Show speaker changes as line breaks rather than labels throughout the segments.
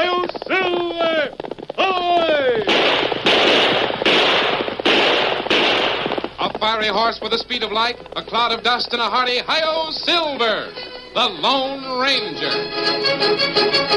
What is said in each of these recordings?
I'll silver! Ahoy!
A fiery horse with the speed of light, a cloud of dust, and a hearty hi-yo silver. The Lone Ranger.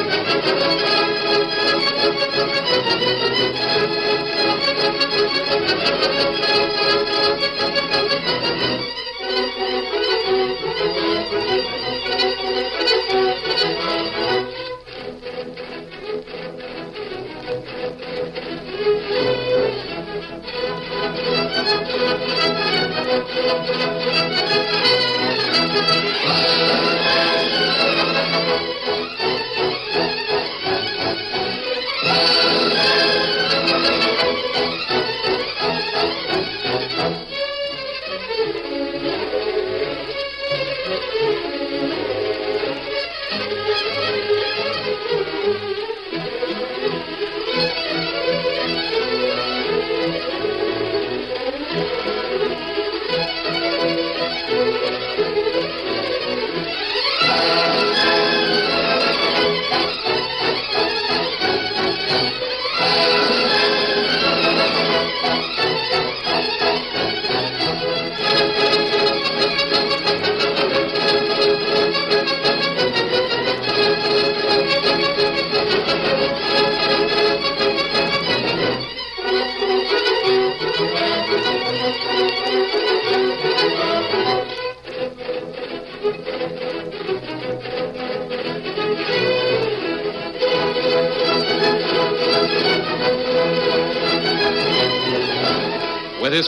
With his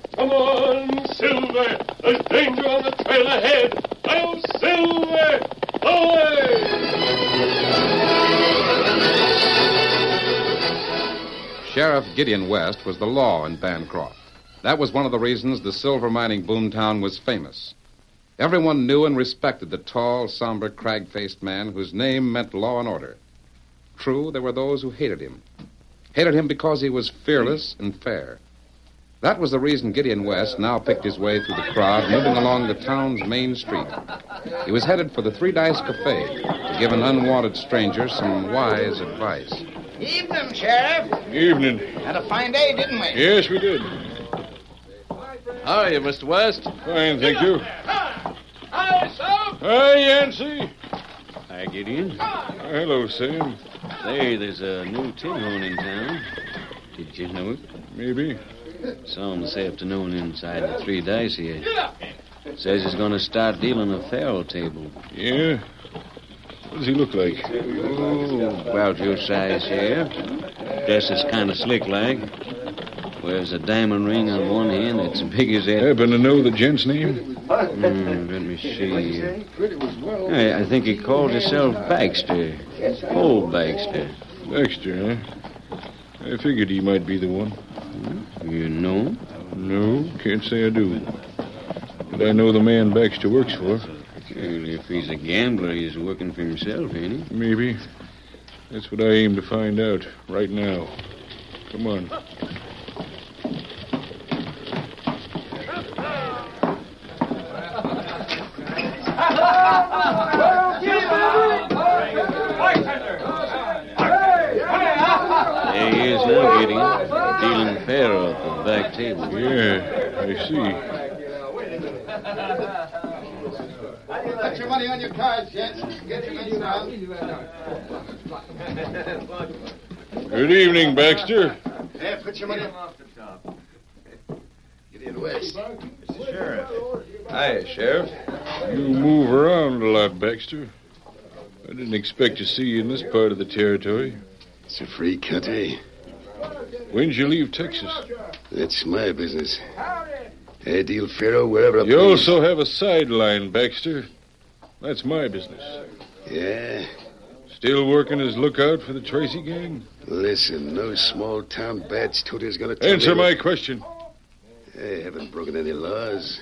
Come on, Silver! There's danger on the trail ahead! I'll silver! Ahoy!
Sheriff Gideon West was the law in Bancroft. That was one of the reasons the silver mining boomtown was famous. Everyone knew and respected the tall, somber, crag faced man whose name meant law and order. True, there were those who hated him. Hated him because he was fearless and fair. That was the reason Gideon West now picked his way through the crowd, moving along the town's main street. He was headed for the Three Dice Cafe to give an unwanted stranger some wise advice.
Evening, Sheriff.
Evening.
Had a fine day, didn't we?
Yes, we did.
How are you, Mr. West?
Fine, thank you. Hi, Yancey.
Hi, Gideon.
Hello, Sam.
Say, there's a new tin horn in town. Did you know it?
Maybe.
Saw him this afternoon inside the Three Dice here. Says he's going to start dealing a faro table.
Yeah. What does he look like?
Ooh,
Oh,
about your size here. Dresses kind of slick like. Wears a diamond ring on one hand that's big as that.
Happen to know the gent's name?
Hmm, let me see. I, I think he called himself Baxter. Old Baxter.
Baxter, huh? I figured he might be the one.
You know him?
No, can't say I do. But I know the man Baxter works for.
Well, if he's a gambler, he's working for himself, ain't he?
Maybe. That's what I aim to find out right now. Come on.
There he is now, Gideon. Dealing fair at the back table.
Yeah, I see.
Put your money on your cards, gents. Get your things around.
Good evening, Baxter.
Yeah, put your money. Gideon West.
Hi, Sheriff.
You move around a lot, Baxter.
I didn't expect to see you in this part of the territory.
It's a free country.
When'd you leave Texas?
That's my business. I deal faro wherever I
You
please.
also have a sideline, Baxter. That's my business.
Yeah.
Still working as lookout for the Tracy gang?
Listen, no small town badge tutor's gonna tell
Answer
me-
my question.
I haven't broken any laws.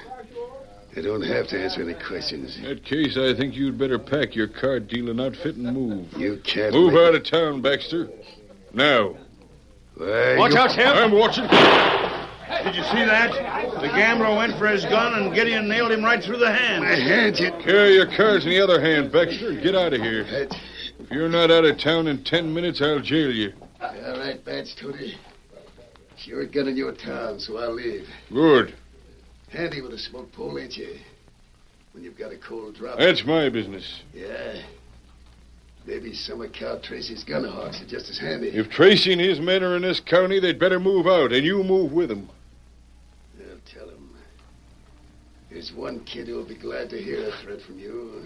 I don't have to answer any questions.
In that case, I think you'd better pack your card dealing outfit and move.
You can't
Move
make-
out of town, Baxter. Now.
Why,
Watch
you-
out, Sheriff.
I'm watching.
Did you see that? The gambler went for his gun, and Gideon nailed him right through the
My
hand.
hand, you.
Carry your cards in the other hand, Baxter. Get out of here.
That's-
If you're not out of town in ten minutes, I'll jail you.
All right, badge tutor. It's your gun in your town, so I'll leave.
Good.
Handy with a smoke pole, ain't you? When you've got a cold drop.
That's my business.
Yeah. Maybe some of Cal Tracy's gun hawks are just as handy.
If Tracy and his men are in this county, they'd better move out, and you move with them.
I'll tell him. There's one kid who'll be glad to hear a threat from you.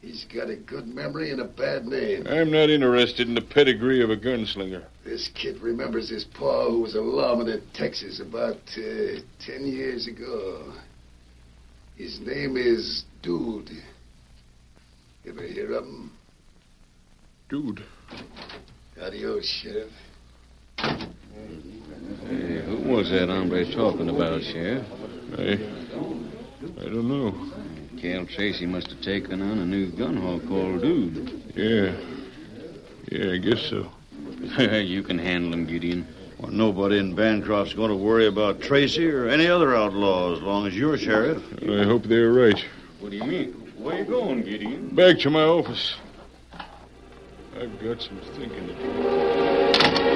He's got a good memory and a bad name.
I'm not interested in the pedigree of a gunslinger.
This kid remembers his pa who was a lawman in Texas about uh, ten years ago. His name is Dude. Ever hear of him?
Dude.
Adios, Sheriff.
Hey, who was that hombre talking about, Sheriff?
I. I don't know.
Cal Tracy must have taken on a new gun hawk called Dude.
Yeah. Yeah, I guess so.
you can handle him, Gideon.
Well, nobody in Bancroft's going to worry about Tracy or any other outlaw as long as you're sheriff.
I hope they're right.
What do you mean? Where you going, Gideon?
Back to my office. I've got some thinking to do.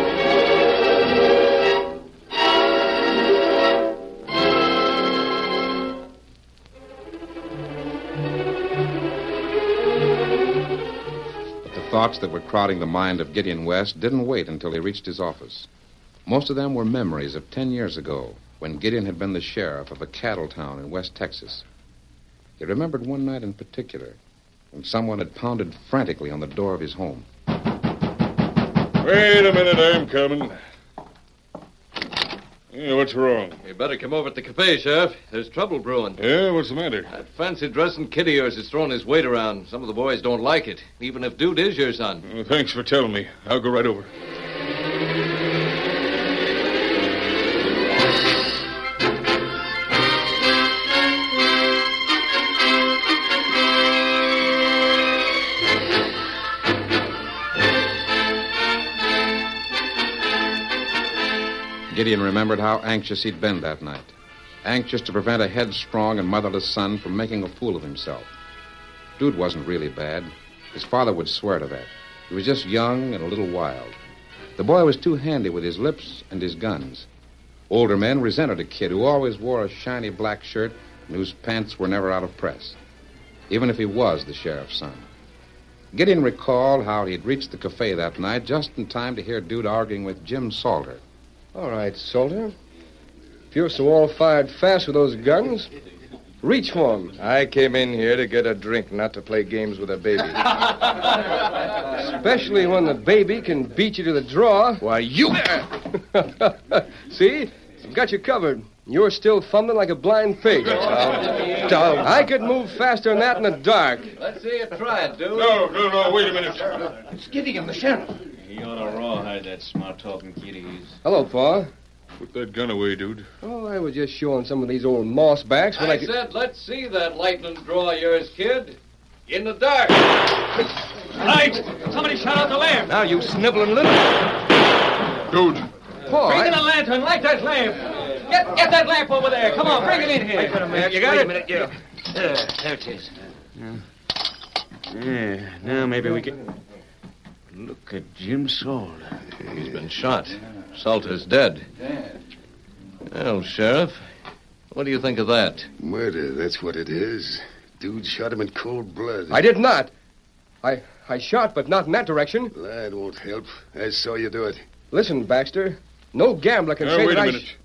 But the thoughts that were crowding the mind of Gideon West didn't wait until he reached his office. Most of them were memories of ten years ago when Gideon had been the sheriff of a cattle town in West Texas. He remembered one night in particular when someone had pounded frantically on the door of his home.
Wait a minute, I'm coming. Yeah, what's wrong?
You better come over at the cafe, Sheriff. There's trouble brewing.
Yeah, what's the matter? Uh,
That fancy dressing kid of yours is throwing his weight around. Some of the boys don't like it, even if Dude is your son.
Well, thanks for telling me. I'll go right over.
Gideon remembered how anxious he'd been that night. Anxious to prevent a headstrong and motherless son from making a fool of himself. Dude wasn't really bad. His father would swear to that. He was just young and a little wild. The boy was too handy with his lips and his guns. Older men resented a kid who always wore a shiny black shirt and whose pants were never out of press, even if he was the sheriff's son. Gideon recalled how he'd reached the cafe that night just in time to hear Dude arguing with Jim Salter.
All right, soldier. If you're so all fired fast with those guns, reach for 'em. I came in here to get a drink, not to play games with a baby. Especially when the baby can beat you to the draw. Why, you. See? I've got you covered. You're still fumbling like a blind pig. I could move faster than that in the dark.
Let's see you try it, Dude.
No, no, no, wait a minute.
He ought to rawhide that smart talking kid of his.
Hello, Pa.
Put that gun away, dude.
Oh, I was just showing some of these old mossbacks when I,
I
could.
said, let's see that lightning draw of yours, kid. In the dark. Light! Somebody shut out the lamp.
Now, you sniveling little.
Dude,
Pa, I-
a lantern. Light that lamp. Get, get that lamp over there. Come on, bring it in here. you got it?
There it is. Yeah, now maybe we can. Look at Jim Salter.
He's been shot. Salter's dead. Well, Sheriff, what do you think of that?
Murder, that's what it is. Dude shot him in cold blood.
I did not. I I shot, but not in that direction.
That won't help. I saw you do it. Oh,
Listen, Baxter. No gambler can
now
say
wait
that
a
I.
minute.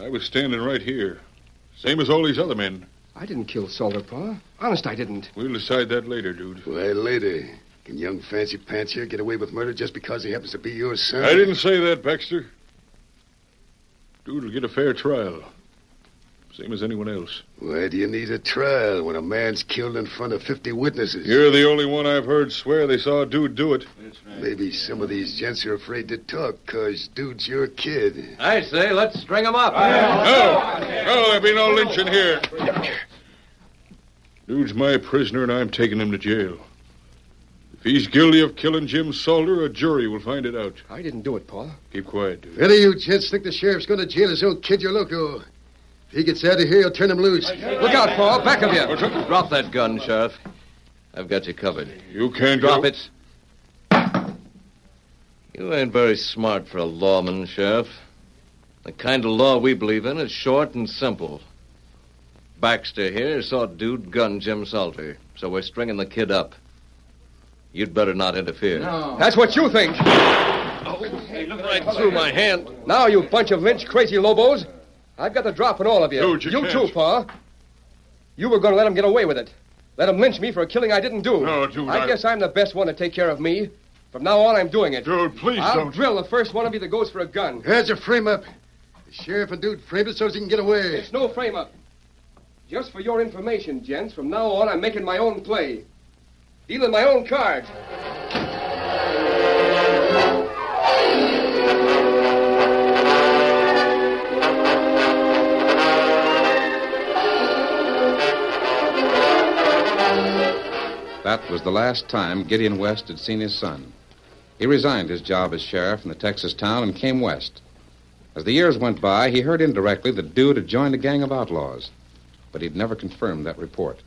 I was standing right here. Same as all these other men.
I didn't kill Salter, Pa. Honest, I didn't.
We'll decide that later, dude.
Why, later? Can young Fancy Pants here get away with murder just because he happens to be your son?
I didn't say that, Baxter. Dude will get a fair trial. Same as anyone else.
Why do you need a trial when a man's killed in front of 50 witnesses?
You're the only one I've heard swear they saw a dude do it.
Maybe some of these gents are afraid to talk, 'cause dude's your kid.
I say, let's string him up.
No! No, Oh, there'll be no lynching here. Dude's my prisoner, and I'm taking him to jail. If he's guilty of killing Jim Salter, a jury will find it out.
I didn't do it, Pa.
Keep quiet, dude.
If any of you gents think the sheriff's going to jail his own kid, you're loco. If he gets out of here, he'll turn him loose.
Look out, Paul. Back of you. Drop that gun, Sheriff. I've got you covered.
You can't
Drop
go-
it. You ain't very smart for a lawman, Sheriff. The kind of law we believe in is short and simple. Baxter here saw dude gun Jim Salter, so we're stringing the kid up. You'd better not interfere.
That's what you think.
Right through my hand.
Now, you bunch of lynch crazy lobos. I've got the drop on all of you.
Dude, you can't.
too, Pa. You were going to let him get away with it. Let him lynch me for a killing I didn't do.
No, dude,
I,
I-
guess I'm the best one to take care of me. From now on, I'm doing it.
Dude, please
I'll
don't.
drill the first one of you that goes for a gun.
There's a frame up. The sheriff and dude framed it so he can get away.
It's no frame up. Just for your information, gents, from now on, I'm making my own play. Dealing my own cards.
That was the last time Gideon West had seen his son. He resigned his job as sheriff in the Texas town and came west. As the years went by, he heard indirectly that Dude had joined a gang of outlaws, but he'd never confirmed that report.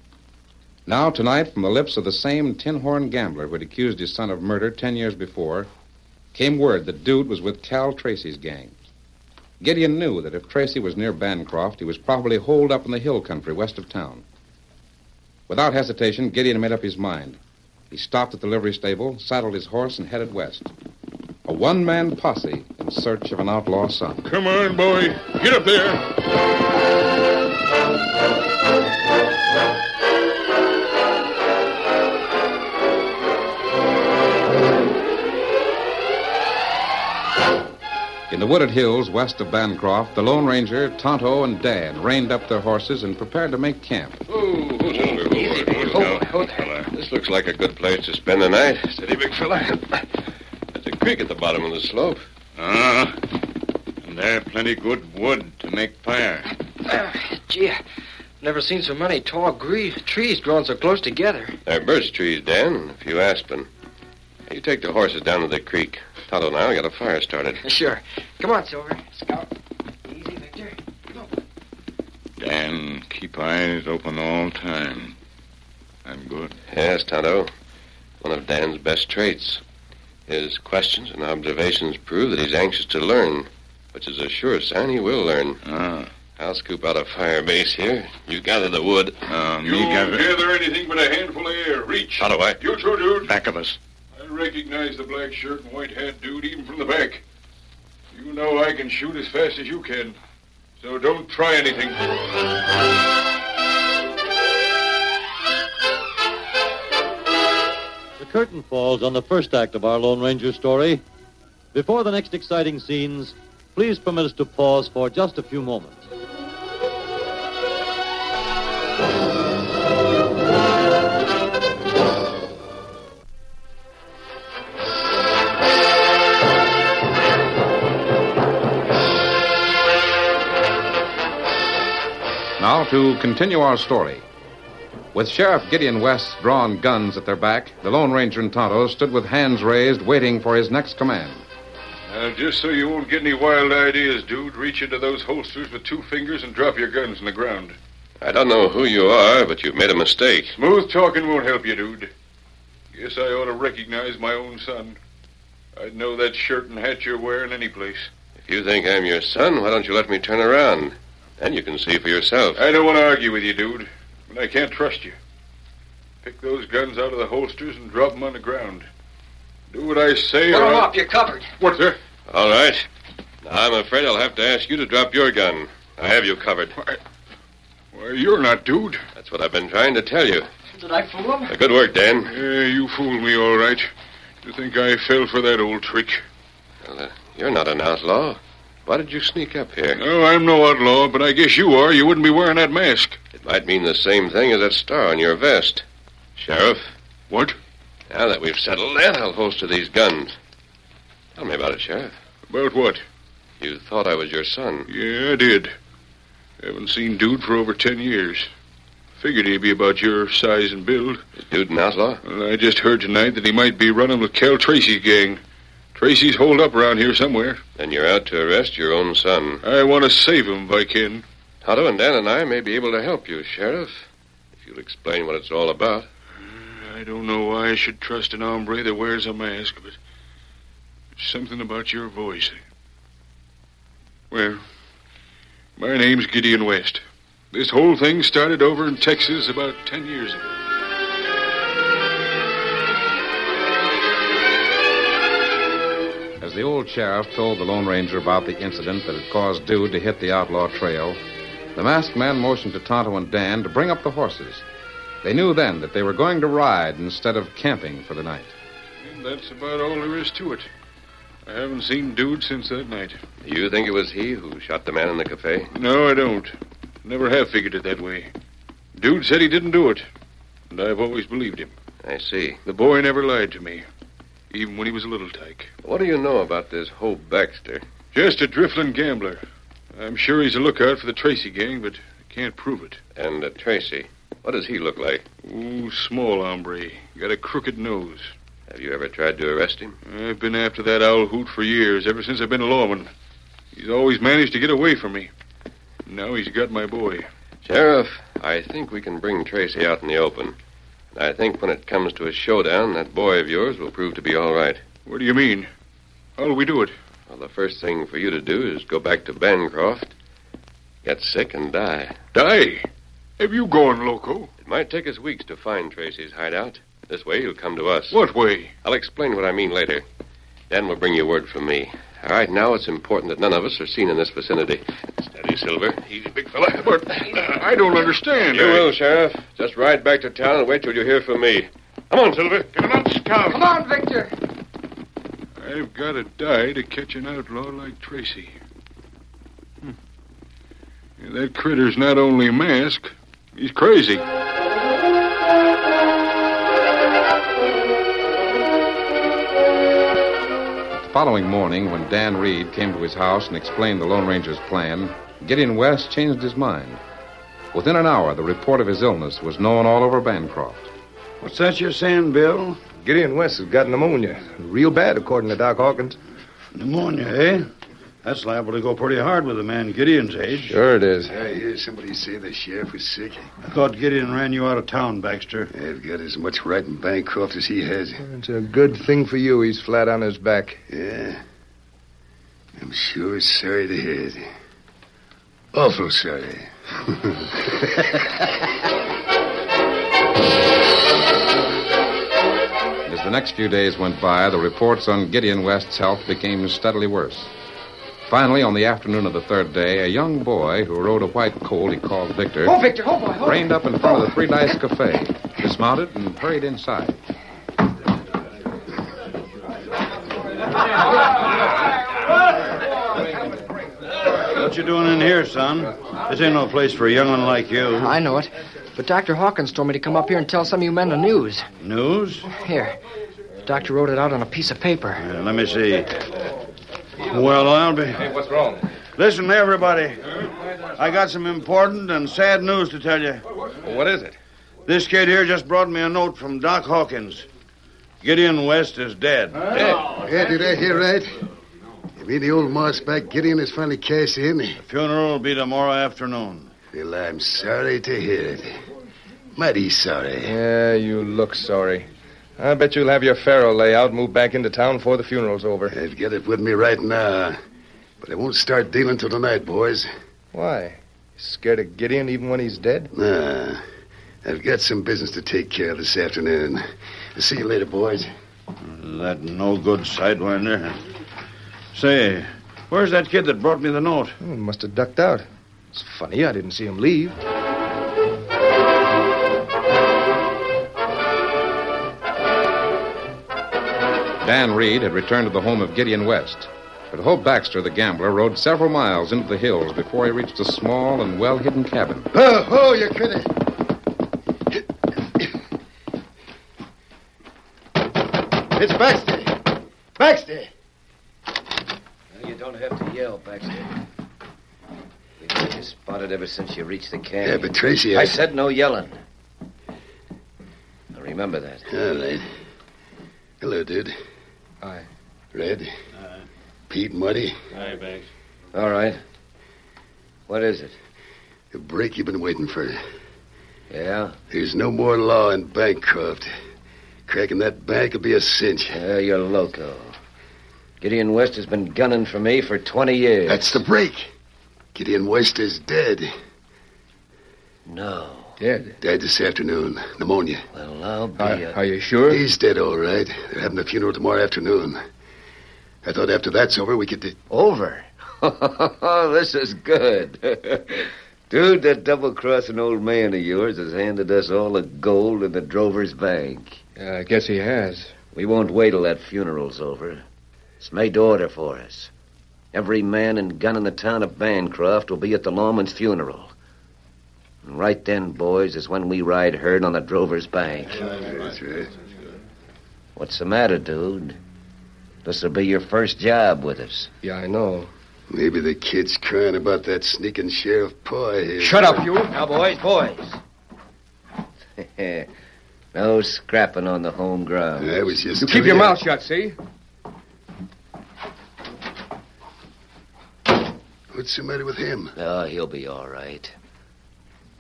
Now, tonight, from the lips of the same tin horn gambler who had accused his son of murder ten years before, came word that Dude was with Cal Tracy's gang. Gideon knew that if Tracy was near Bancroft, he was probably holed up in the hill country west of town. Without hesitation, Gideon made up his mind. He stopped at the livery stable, saddled his horse, and headed west. A one man posse in search of an outlaw son.
Come on, boy. Get up there.
In the wooded hills west of Bancroft, the Lone Ranger, Tonto, and Dan reined up their horses and prepared to make camp.
Oh, oh, this looks like a good place to spend the night. Steady, big fella. There's a creek at the bottom of the slope. Ah, and there plenty good wood to make fire.
Gee, never seen so many tall gre- trees growing so close together.
There are birch trees, Dan, and a few aspen. You take the horses down to the creek. Tonto and I got a fire started.
Sure. Come on, Silver. Scout. Easy, Victor.
Dan, keep eyes open all time. I'm good. Yes, Tonto. One of Dan's best traits. His questions and observations prove that he's anxious to learn, which is a sure sign he will learn. Ah. I'll scoop out a fire base here. You gather the wood. Um,
You gather anything but a handful of air. Reach.
Tonto, I...
You too, dude.
Back of us.
I recognize the black shirt and white hat dude even from the back. You know I can shoot as fast as you can. So don't try anything.
The curtain falls on the first act of our Lone Ranger story. Before the next exciting scenes, please permit us to pause for just a few moments.
Now to continue our story. With Sheriff Gideon West's drawn guns at their back, the Lone Ranger and Tonto stood with hands raised, waiting for his next command.
Now, just so you won't get any wild ideas, dude, reach into those holsters with two fingers and drop your guns in the ground.
I don't know who you are, but you've made a mistake.
Smooth talking won't help you, dude. Guess I ought to recognize my own son. I'd know that shirt and hat you're wearing any place.
If you think I'm your son, why don't you let me turn around? Then you can see for yourself.
I don't want to argue with you, dude, but I can't trust you. Pick those guns out of the holsters and drop them on the ground. Do what I say,
Put
or
'em
I'll...
up. You're covered.
What the?
All right. Now, I'm afraid I'll have to ask you to drop your gun. I have you covered.
Why, you're not, dude.
That's what I've been trying to tell you.
Did I fool him?
Uh, Good work, Dan.
Yeah, you fooled me all right. You think I fell for that old trick?
Well, uh, you're not an outlaw. Why did you sneak up here?
No, I'm no outlaw, but I guess you are. You wouldn't be wearing that mask.
It might mean the same thing as that star on your vest. Sheriff.
What?
Now that we've settled that, I'll holster these guns. Tell me about it, Sheriff.
About what?
You thought I was your son.
Yeah, I did. Haven't seen Dude for over ten years. Figured he'd be about your size and build.
Is Dude an outlaw?
Well, I just heard tonight that he might be running with Cal Tracy's gang. Tracy's holed up around here somewhere.
Then you're out to arrest your own son.
I want to save him if I can.
Otto and Dan and I may be able to help you, Sheriff. If you'll explain what it's all about.
I don't know why I should trust an hombre that wears a mask, but something about your voice. Well, my name's Gideon West. This whole thing started over in Texas about ten years ago.
As the old sheriff told the Lone Ranger about the incident that had caused Dude to hit the outlaw trail, the masked man motioned to Tonto and Dan to bring up the horses. They knew then that they were going to ride instead of camping for the night.
And that's about all there is to it. I haven't seen Dude since that night.
Do you think it was he who shot the man in the cafe?
No, I don't. Never have figured it that way. Dude said he didn't do it, and I've always believed him.
I see.
The boy never lied to me, even when he was a little tyke.
What do you know about this Hope Baxter?
Just a drifting gambler. I'm sure he's a lookout for the Tracy gang, but I can't prove it.
And uh, Tracy, what does he look like?
Ooh, small hombre. Got a crooked nose.
Have you ever tried to arrest him?
I've been after that owl hoot for years, ever since I've been a lawman. He's always managed to get away from me. Now he's got my boy.
Sheriff, I think we can bring Tracy out in the open. And I think when it comes to a showdown, that boy of yours will prove to be all right.
What do you mean? How'll we do it?
Well, the first thing for you to do is go back to Bancroft, get sick, and die.
Die? Have you gone loco?
It might take us weeks to find Tracy's hideout. This way, you'll come to us.
What way?
I'll explain what I mean later. Dan will bring you word from me. All right, now it's important that none of us are seen in this vicinity. Steady, Silver. Easy, big fella.
But uh, I don't understand.
You will, Sheriff. Just ride back to town and wait till you hear from me. Come on, Silver. Get him out. Come.
Come on, Victor.
I've got to die to catch an outlaw like Tracy. Hmm. Yeah, That critter's not only masked, he's crazy.
The following morning, when Dan Reed came to his house and explained the Lone Ranger's plan, Gideon West changed his mind. Within an hour, the report of his illness was known all over Bancroft.
What's that you're saying, Bill?
Gideon West has got pneumonia. Real bad, according to Doc Hawkins.
Pneumonia, eh? That's liable to go pretty hard with a man Gideon's age.
Sure it is.
I hear somebody say the sheriff was sick.
I thought Gideon ran you out of town, Baxter.
I've got as much right in Bancroft as he has.
It's a good thing for you he's flat on his back.
Yeah. I'm sure sorry to hear it. Awful sorry.
As the next few days went by, the reports on Gideon West's health became steadily worse. Finally, on the afternoon of the third day, a young boy who rode a white colt he called Victor
Oh, Victor, oh boy, oh.
reined up in front of the Three Dice Cafe, dismounted, and hurried inside.
What you doing in here, son? This ain't no place for a young one like you.
I know it. But Dr. Hawkins told me to come up here and tell some of you men the news.
News?
Here. The doctor wrote it out on a piece of paper.
Yeah, let me see. Well, I'll be.
Hey, what's wrong?
Listen, everybody. I got some important and sad news to tell you.
What is it?
This kid here just brought me a note from Doc Hawkins. Gideon West is dead.
Yeah, did I hear right? You mean the old mossback Gideon has finally cashed in?
The funeral will be tomorrow afternoon.
Well, I'm sorry to hear it. Mighty sorry.
Yeah, you look sorry. I bet you'll have your faro lay out and move back into town before the funeral's over.
I've got it with me right now. But I won't start dealing till tonight, boys.
Why? You scared of Gideon even when he's dead?
Nah. I've got some business to take care of this afternoon. See you later, boys.
That no good sidewinder. Say, where's that kid that brought me the note?
Hmm, must have ducked out. It's funny, I didn't see him leave.
Dan Reed had returned to the home of Gideon West. But Hope Baxter, the gambler, rode several miles into the hills before he reached a small and well hidden cabin.
Oh, oh, you critter. It's Baxter. Baxter.
Well, you don't have to yell, Baxter. We've been you spotted ever since you reached the camp.
Yeah, but Tracy,
I...
I-
said no yelling. Now remember that.
All right. Hello, dude.
Hi.
Red. Pete, Muddy.
Hi, Baxter. All right. What is it?
The break you've been waiting for.
Yeah?
There's no more law in Bancroft. Cracking that bank will be a cinch.
Yeah, Uh, you're loco. Gideon West has been gunning for me for 20 years.
That's the break. Gideon West is dead.
No.
Dead? Dead this afternoon. Pneumonia.
Well, I'll be.
Are,
a-
you sure? He's dead, all right. They're having a funeral tomorrow afternoon. I thought after that's over, we could.
Over?
this is good. Dude, that double crossing old man of yours has handed us all the gold in the Drover's Bank.
Yeah, Uh, I guess he has.
We won't wait till that funeral's over.
It's made to order for us. Every man and gun in the town of Bancroft will be at the lawman's funeral. And right then, boys, is when we ride herd on the Drover's Bank.
That's right.
What's the matter, dude? This'll be your first job with us.
Yeah, I know. Maybe the kid's crying about that sneaking Sheriff Poy here.
Shut up, you. Now, boys, boys. no scrapping on the home ground.
That was just.
You keep your mouth shut, see?
What's the matter with him?
Oh, he'll be all right.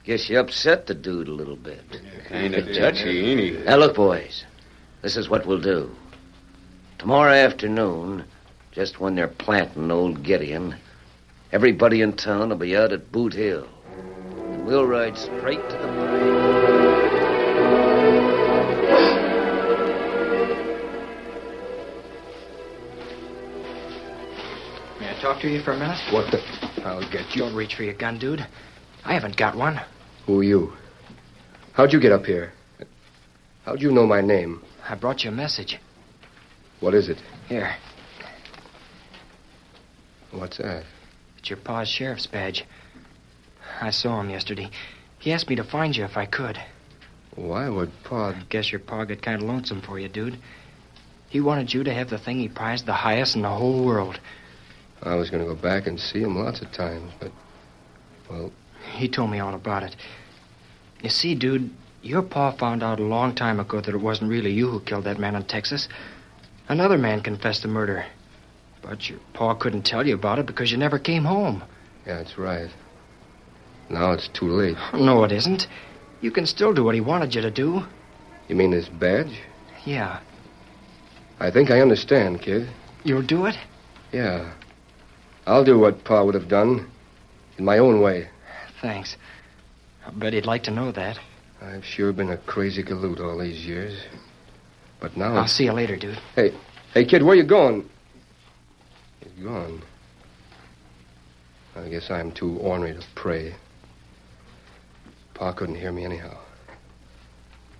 Guess you upset the dude a little bit.
Kinda touchy, ain't he?
Now, look, boys. This is what we'll do. Tomorrow afternoon, just when they're planting old Gideon, everybody in town will be out at Boot Hill. And we'll ride straight to the.
May I talk to you for a minute?
What the?
I'll get you. Don't reach for your gun, dude. I haven't got one.
Who are you? How'd you get up here? How'd you know my name?
I brought you a message.
What is it?
Here,
What's that?
it's your pa's sheriff's badge. I saw him yesterday. He asked me to find you if I could.
Why would Pa.
I guess your pa got kind of lonesome for you, dude. He wanted you to have the thing he prized the highest in the whole world.
I was going to go back and see him lots of times, but. Well,
He told me all about it. You see, dude, your pa found out a long time ago that it wasn't really you who killed that man in Texas. Another man confessed the murder. But your pa couldn't tell you about it because you never came home.
yeah, that's right. Now it's too late.
No, it isn't. You can still do what he wanted you to do.
You mean this badge?
Yeah.
I think I understand, kid.
You'll do it?
Yeah. I'll do what Pa would have done in my own way.
Thanks. I bet he'd like to know that.
I've sure been a crazy galoot all these years. But now.
I'll see you later, dude.
Hey, hey, kid, where you going? He's gone. I guess I'm too ornery to pray. Pa couldn't hear me anyhow.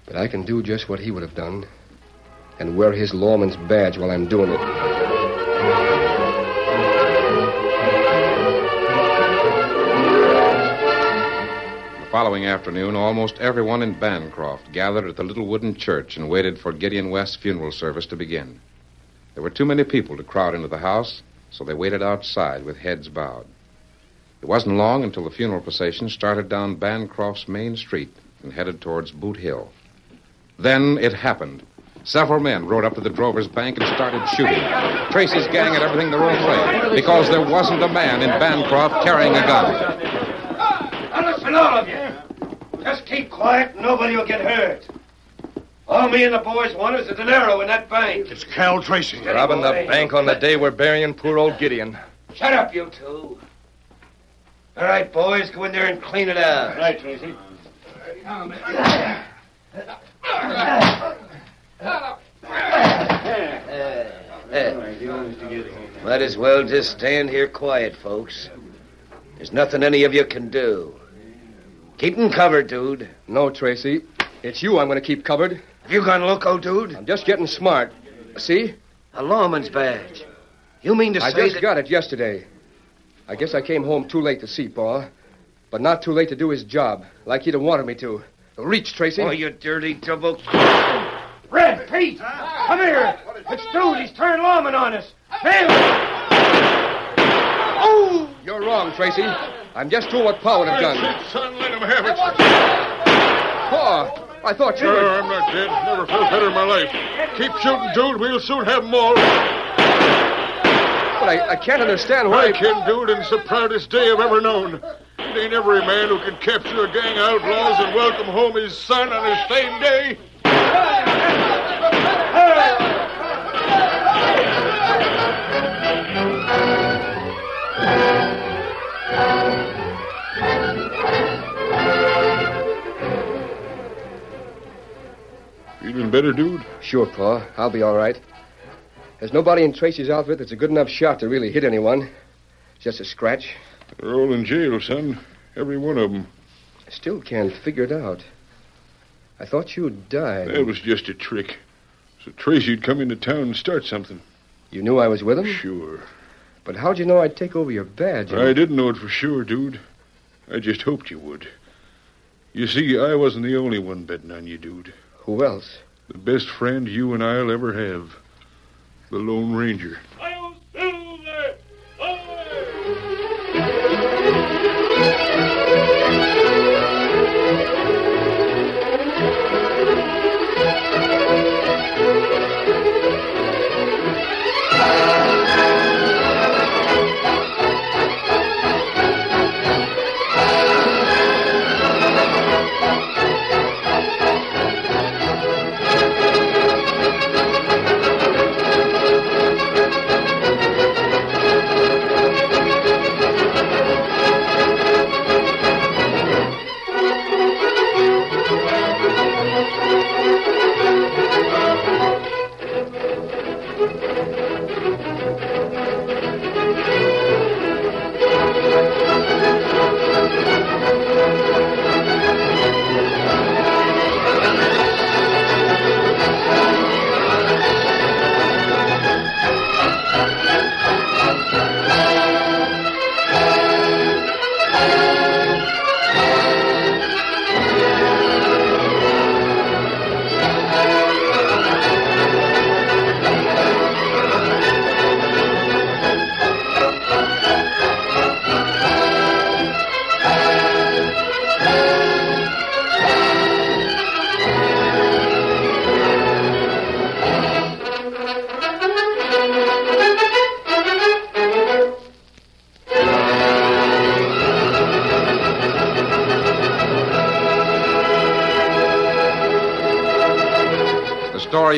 But I can do just what he would have done and wear his lawman's badge while I'm doing it.
The following afternoon, almost everyone in Bancroft gathered at the little wooden church and waited for Gideon West's funeral service to begin. There were too many people to crowd into the house, so they waited outside with heads bowed. It wasn't long until the funeral procession started down Bancroft's main street and headed towards Boot Hill. Then it happened. Several men rode up to the drover's bank and started shooting. Tracy's gang had everything their own way because there wasn't a man in Bancroft carrying a gun.
Now listen, all of you. Just keep quiet. and Nobody will get hurt. All me and the boys want is a dinero in that bank. It's
Cal Tracy.
Robbing the bank on the day we're burying poor old Gideon.
Shut up, you two.
All right, boys, go in there and clean it out.
Right, Tracy.
Uh, Eh, Might as well just stand here quiet, folks. There's nothing any of you can do. Keep 'em covered, dude.
No, Tracy. It's you I'm going to keep covered.
Have you gone loco, dude?
I'm just getting smart. See?
A lawman's badge. You mean to
I
say
just
that...
got it yesterday. I guess I came home too late to see Paul, but not too late to do his job, like he'd have wanted me to. Reach, Tracy.
Oh, you dirty double. Red, Pete! Come here! It's Dude, he's turned lawman on us! Hey!
Oh! You're wrong, Tracy. I'm just doing what Paul would have done.
Oh,
Son, let him have it.
Paul, I thought you
Sure,
were-
I'm not dead. Never felt better in my life. Keep shooting, dude. We'll soon have them all.
But I, I can't understand why.
I can, dude, and it's the proudest day I've ever known. It ain't every man who can capture a gang of outlaws and welcome home his son on the same day.
Feeling better, dude? Sure, Pa. I'll be all right. There's nobody in Tracy's outfit that's a good enough shot to really hit anyone. Just a scratch.
They're all in jail, son. Every one of them.
I still can't figure it out. I thought you died.
That was just a trick. So Tracy'd come into town and start something.
You knew I was with him?
Sure.
But how'd you know I'd take over your badge? and-
I didn't know it for sure, dude. I just hoped you would. You see, I wasn't the only one betting on you, dude.
Who else?
The best friend you and I'll ever have. The Lone Ranger.
The story